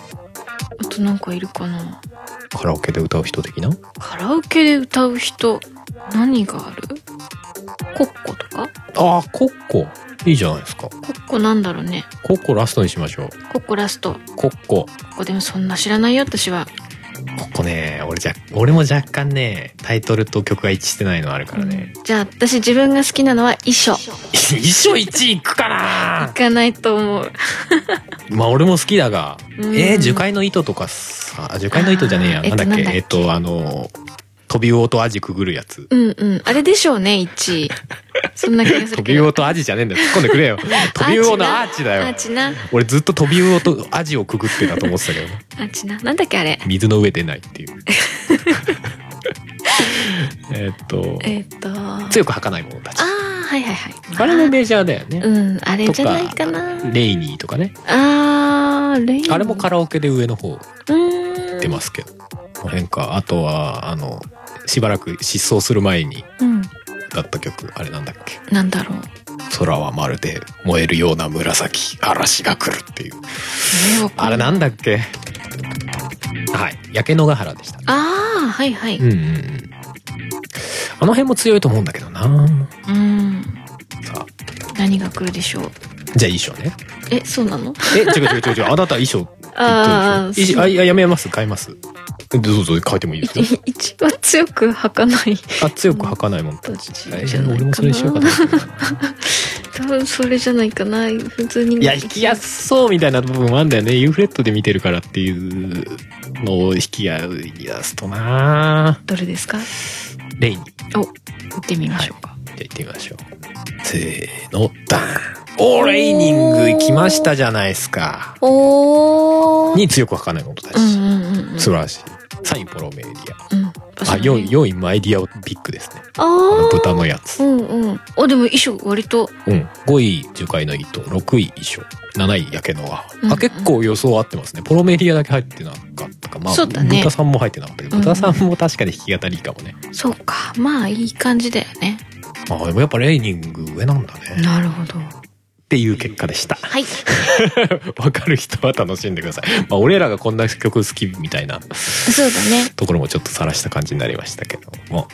S2: あとなんかいるかな
S1: カラオケで歌う人的な
S2: カラオケで歌う人何があるコッコとか
S1: あーコッコいいじゃないですか
S2: コッコなんだろうね
S1: コッコラストにしましょう
S2: コッコラスト
S1: コッコ
S2: コッコでもそんな知らないよ私は
S1: ここね俺じゃ俺も若干ねタイトルと曲が一致してないのあるからね
S2: じゃあ私自分が好きなのは衣装
S1: 一緒一位いくか
S2: い
S1: な
S2: かないと思う
S1: まあ俺も好きだが
S2: うん
S1: えー、樹海の糸とかさあ樹海の糸じゃねえや
S2: あー
S1: なんだっけえ
S2: え
S1: っ
S2: っ
S1: とあの飛び魚とアジくぐるやつ
S2: うんうんあれでしょうね1位そんな気がす
S1: 飛
S2: る
S1: び
S2: けど
S1: 魚とアジじゃねえんだよ突っ込んでくれ よ飛び魚のアーチだ
S2: アー
S1: よ
S2: チな
S1: 俺ずっと飛び魚とアジをくぐってたと思ってたけど
S2: アーチななんだっけあれ
S1: 水の上出ないっていう えっと
S2: えっ、とあ
S1: 強く吐かない者たち
S2: あはいはいはい
S1: あれもメジャーだよね、
S2: うんあれじゃないかな
S1: レイニーとかね
S2: あーレイン
S1: あれもカラオケで上の方
S2: うーん
S1: 出ますけど、この辺かあとはあのしばらく失踪する前に
S2: うん
S1: 歌った曲あれなんだっけ
S2: なんだろう
S1: 「空はまるで燃えるような紫嵐が来る」っていうあれなんだっけはい焼け野ヶ原でした
S2: ああはいはい
S1: うんうんうんあの辺も強いと思うんだけどな
S2: うん
S1: さあ
S2: 何が来るでしょう
S1: じゃあ衣装ね
S2: えそうなの
S1: え違う違う違う違うあなた衣装
S2: あ
S1: 言
S2: あ
S1: ってるでしょ衣装あいややめます買いますどうぞ変えてもいいですよ
S2: 一番強く吐かない
S1: あ強く吐かないもんたち
S2: どっちじゃない
S1: えー俺
S2: かな
S1: もそれにしようか な
S2: 多分それじゃないかな普通に
S1: いや弾きやすそうみたいな部分もあんだよねユーフレットで見てるからっていうのを弾きやすとな
S2: どれですか
S1: レイに
S2: お行ってみましょうか、
S1: じゃあ行ってみましょうせーのダンおーレイニング行きましたじゃないですか
S2: おお
S1: に強く吐かないことだ
S2: う
S1: し
S2: んうんうんうん
S1: 素晴らしい3位ポロメリア
S2: うん
S1: あ4位4位マイディアビッグですねあ
S2: あ
S1: の
S2: あ
S1: 豚のやつ
S2: うんうんあでも衣装割と
S1: うん、5位樹海の糸6位衣装7位焼け野が、
S2: うんう
S1: あ
S2: ん
S1: 結構予想合ってますねポロメリアだけ入ってなかったかまあ、
S2: そうだね
S1: 豚さんも入ってなかったけど
S2: うん
S1: 豚さんも確かに弾き語りいいかもね、
S2: そうかまあいい感じだよね
S1: ああでもやっぱレーニング上なんだね
S2: なるほど
S1: でっていう結果でした。
S2: はい
S1: わかる人は楽しんでください。まあ、俺らがこんな曲好きみたいな
S2: そうだね
S1: ところもちょっとさらした感じになりましたけども。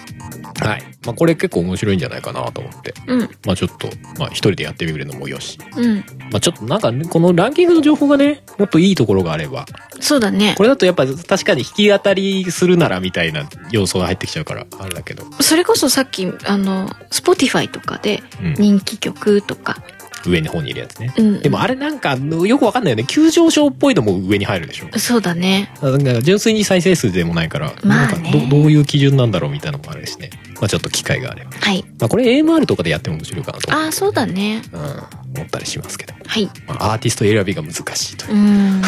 S1: はい。まあ、これ結構面白いんじゃないかなと思って。
S2: うん
S1: まあ、ちょっと、まあ、一人でやってみるのもよし。
S2: うん
S1: まあ、ちょっとなんかね、このランキングの情報がね、もっといいところがあれば。
S2: そうだね
S1: これだとやっぱ確かに弾き語りするならみたいな要素が入ってきちゃうから、あれだけど。
S2: それこそさっきあの Spotify とかで
S1: うん。
S2: 人気曲とか、
S1: 上の方にいるやつね。
S2: うん、
S1: でもあれなんか、よくわかんないよね。急上昇っぽいのも上に入るでしょ。
S2: そうだね
S1: なんか純粋に再生数でもないから、
S2: まあね
S1: なんかどどういう基準なんだろうみたいなのもあるしね、まあ、ちょっと機会があれば、
S2: はい
S1: まあ、これ AMR とかでやっても面白いかなと
S2: ああそうだね
S1: うん、思ったりしますけど、
S2: はい
S1: まあ、アーティスト選びが難しいという
S2: うー ん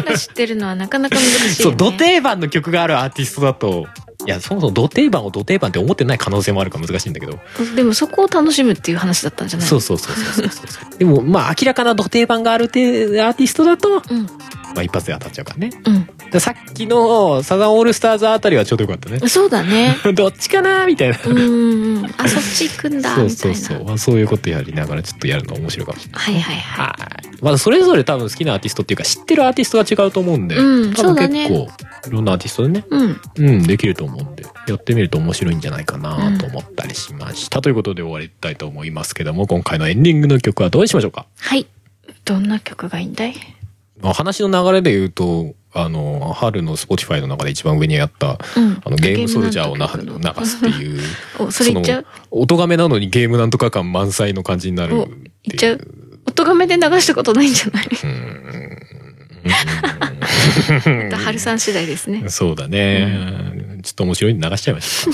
S2: みんな知ってるのはなかなか難しい、
S1: そ
S2: ね、
S1: うド定番の曲があるアーティストだといやそもそもド定番をド定番って思ってない可能性もあるから難しいんだけど、
S2: でもそこを楽しむっていう話だったんじゃない
S1: そうそうそうそうそうそうでもまあ明らかなド定番があるてアーティストだと、
S2: うん
S1: まあ、一発で当たっちゃうからねだか
S2: う
S1: らさっきのサザンオールスターズあたりはちょうどよかったね
S2: んそうだね
S1: どっちかなみたいな
S2: うーんあそっち行くんだ
S1: そう
S2: みた
S1: そ
S2: いうな
S1: そう、まあ、そういうことやりながらちょっとやるの面白いかもしれない
S2: はいはいはい
S1: はいまあそれぞれ多分好きなアーティストっていうか知ってるアーティストが違うと思うんで、
S2: うん
S1: 多
S2: そ
S1: 分
S2: うだ
S1: 結
S2: ね
S1: 構いろんなアーティストでね
S2: うん
S1: うんできると思うんでやってみると面白いんじゃないかなと思ったりしました、ということで終わりたいと思いますけども今回のエンディングの曲はどうしましょうか
S2: はいどんな曲がいいんだい
S1: まあ話の流れで言うとあの春の Spotify の中で一番上にあった
S2: うん
S1: あのゲームソルジャーを
S2: ゲームなんと
S1: な
S2: か
S1: 流すっていう
S2: お それ言っちゃう
S1: おとがめなのにゲームなんとか感満載の感じになる
S2: お
S1: っていう
S2: 言っちゃう音がめで流したことないんじゃないまた春さん次第ですね
S1: そうだね、ちょっと面白いんで流しちゃいました。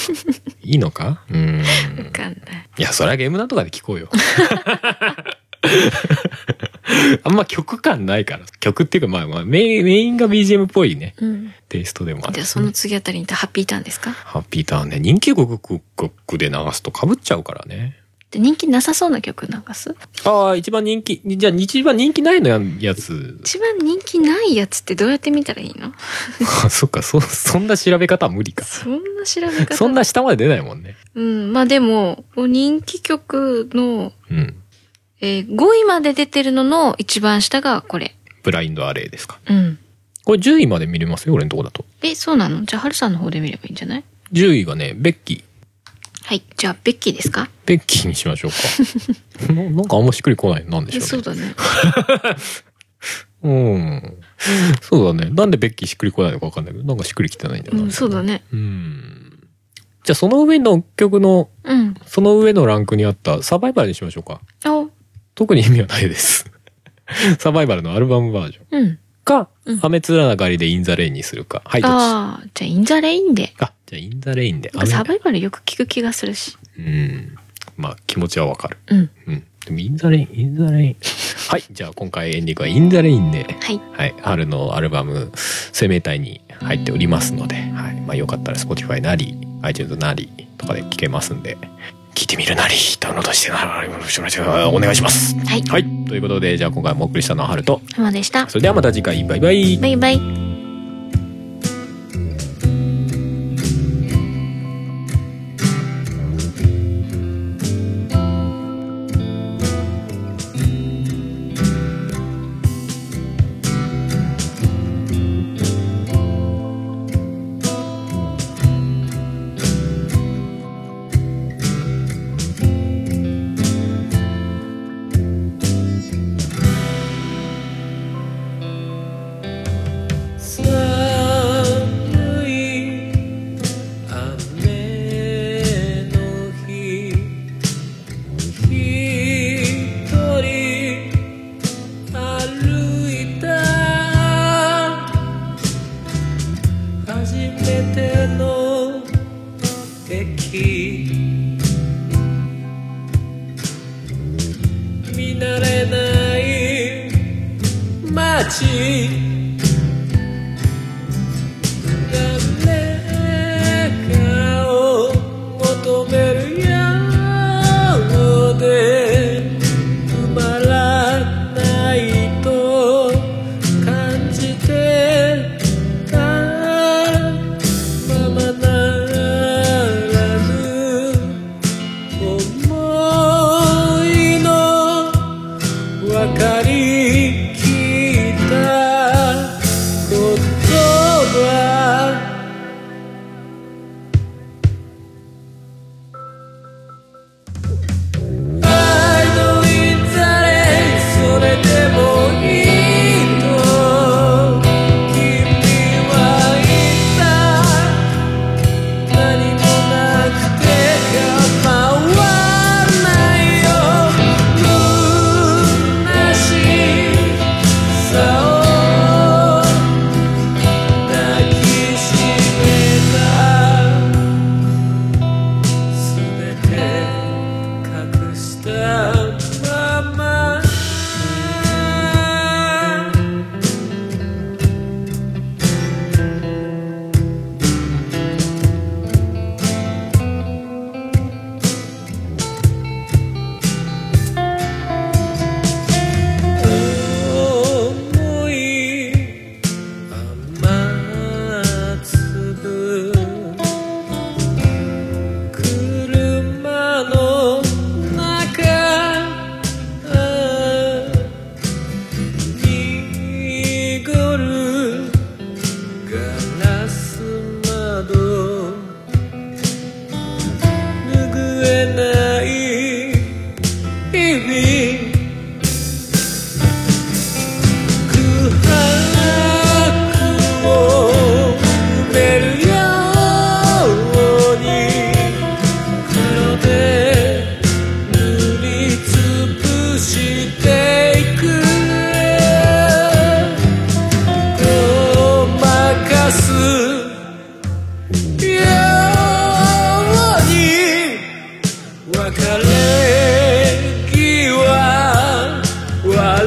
S1: いいのかうん。
S2: わかんない
S1: いや、そりゃゲームなんとかで聞 こうよ。あんま曲感ないから。曲っていうか、まあまあメイン、メインが BGM っぽいね。
S2: うん
S1: テイストでもあ
S2: じ
S1: る
S2: ゃあその次あたりにいたハッピーターンですか
S1: ハッピーターンね。人気曲で流すと被っちゃうからね。
S2: で人気なさそうな曲流す
S1: ああ、一番人気、じゃあ一番人気ないのややつ。
S2: 一番人気ないやつってどうやって見たらいいの
S1: あそっか、そ、そんな調べ方は無理か。
S2: そんな調べ方
S1: そんな下まで出ないもんね。
S2: うんまあでもこう人気曲の、
S1: うん。
S2: えー、5位まで出てるのの一番下がこれ
S1: ブラインドアレイですか。
S2: うん
S1: これ10位まで見れますよ、俺のとこだと。
S2: えそうなのじゃあ春さんの方で見ればいいんじゃない
S1: 10位がね、ベッキー。
S2: はいじゃあベッキーですか
S1: ベッキーにしましょうか。 ななんかあんましっくりこない。なんでし
S2: え
S1: ょう
S2: そう
S1: ね。
S2: だね
S1: うん。そうだね。なんでベッキーしっくりこないのかわかんないけど、なんかしっくりきてないんだよ
S2: う
S1: な。
S2: んそうだね
S1: うん。じゃあその上の曲の、
S2: うん
S1: その上のランクにあったサバイバルにしましょうか。
S2: あ
S1: 特に意味はないです。 サバイバルのアルバムバージョン
S2: うん
S1: か、
S2: うん
S1: 雨らながりでインザレインにするか。はい、どっち
S2: ああじゃあインザレインで
S1: あ、じゃあインザレインで。
S2: なんかサバイバルよく聞く気がするし
S1: うん。まあ気持ちはわかる。
S2: うん
S1: うん。でもインザレイン、インザレイン。はい。じゃあ今回エンディングはインザレインで、
S2: はい
S1: はい。春のアルバム、生命体に入っておりますので、はい。まあよかったら Spotify なり、iTunes なりとかで聴けますんで、聞いてみるなり、ダウンロードしてなら、お願いします。
S2: はい
S1: はい。ということで、じゃあ今回もお送りしたのは春と、
S2: 浜でした
S1: それではまた次回、バイバイ。
S2: バイバイ
S3: 寒い雨の日一人歩いた初めての駅見慣れない街「誰かを求めるようで」「埋まらないと感じてた」「ままならぬ思いの別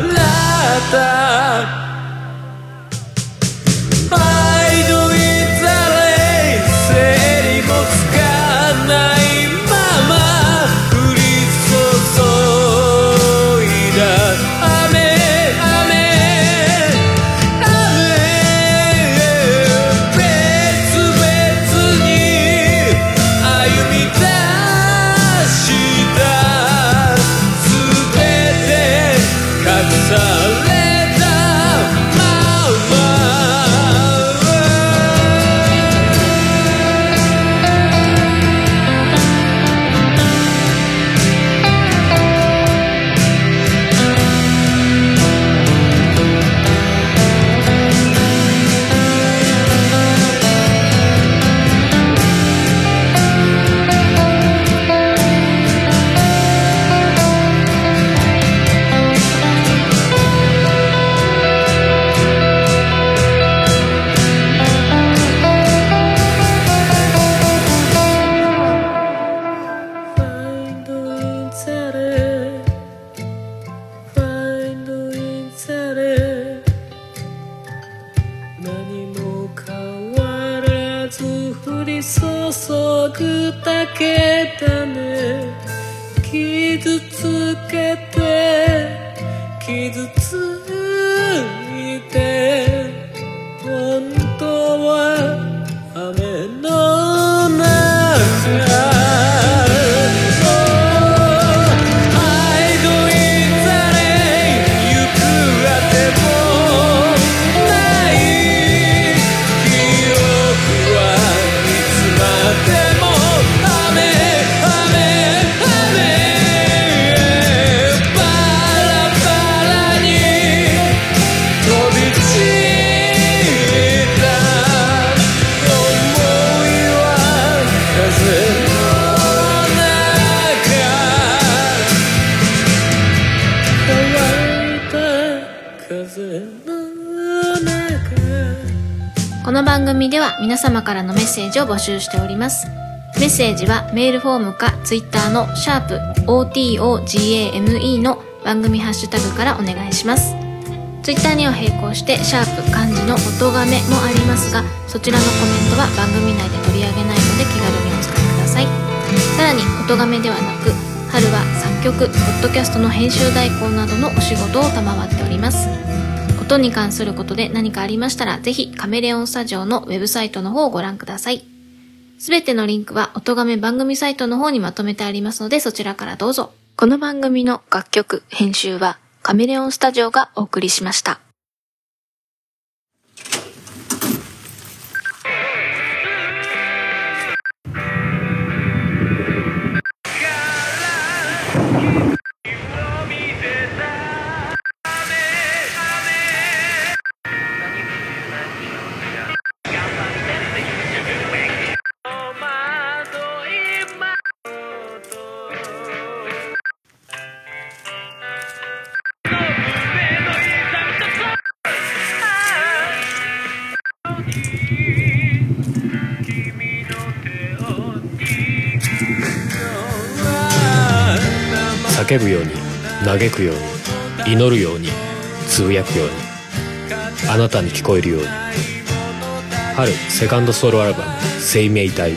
S3: した愛のいざれ整理もつかないまま降り注いだ雨雨雨別々に歩み出した全て隠されたまま「ファインドインザレ」「ファインドインザレ」「何も変わらず降り注ぐだけだね」「傷つけて傷ついて」「本当は雨の中」「愛のいざれ行くあても」ない記憶はいつまでも雨雨雨バラバラに飛び散った想いは風の中乾いた風の中
S2: この番組では皆様からのメッセージを募集しております。メッセージはメールフォームかツイッターのシャープ o t o g a m e の番組ハッシュタグからお願いします。ツイッターには並行してシャープ漢字の音がめもありますが、そちらのコメントは番組内で取り上げないので気軽にお使いください。さらに音がめではなく、春は作曲、ポッドキャストの編集代行などのお仕事を賜っております。音に関することで何かありましたら、ぜひカメレオンスタジオのウェブサイトの方をご覧ください。すべてのリンクは音亀番組サイトの方にまとめてありますので、そちらからどうぞ。この番組の楽曲、編集はカメレオンスタジオがお送りしました。
S1: 叫ぶように嘆くように祈るようにつぶやくようにあなたに聞こえるように春セカンドソロアルバム「生命体」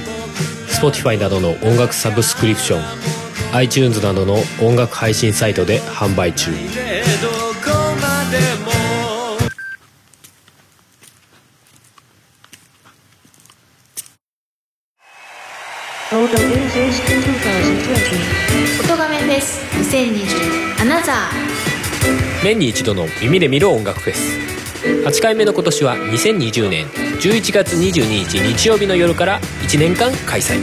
S1: Spotify などの音楽サブスクリプション iTunes などの音楽配信サイトで販売中
S3: でどこまでも
S2: 音亀フェス2020アナザ
S1: 年に一度の耳で見る音楽フェス8回目の今年は2020年11月22日日曜日の夜から1年間開催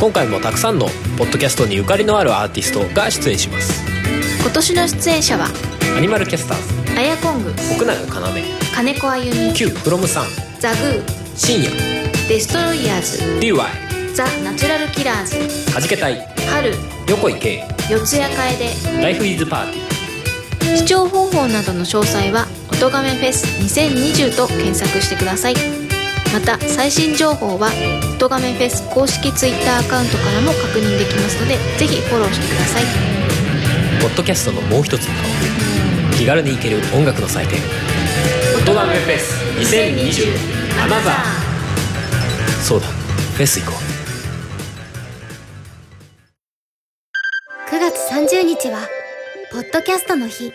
S1: 今回もたくさんのポッドキャストにゆかりのあるアーティストが出演します
S2: ー。今年の出演者は、
S1: アニマルキャスターズ
S2: アヤコング、
S1: 奥永要
S2: 金子あゆみ、
S1: Q フロムさん
S2: ザグ
S1: 深夜
S2: ー、デストロイヤー
S1: DY
S2: ズ、ザ・ナチュラルキラーズ、
S1: はじけたい
S2: 春、
S1: 横井圭
S2: 四谷楓、
S1: ライフイズパーティ
S2: 視聴方法などの詳細は「おとがめフェス2020」と検索してくださいまた最新情報は「おとがめフェス」公式 Twitter アカウントからも確認できますのでぜひフォローしてください
S1: ーポッドキャストのもう一つの顔気軽に行ける音楽の祭典
S4: 大
S1: トナムフェス
S4: アナザー
S1: そうだフェス行こう
S2: 9月30日はポッドキャストの日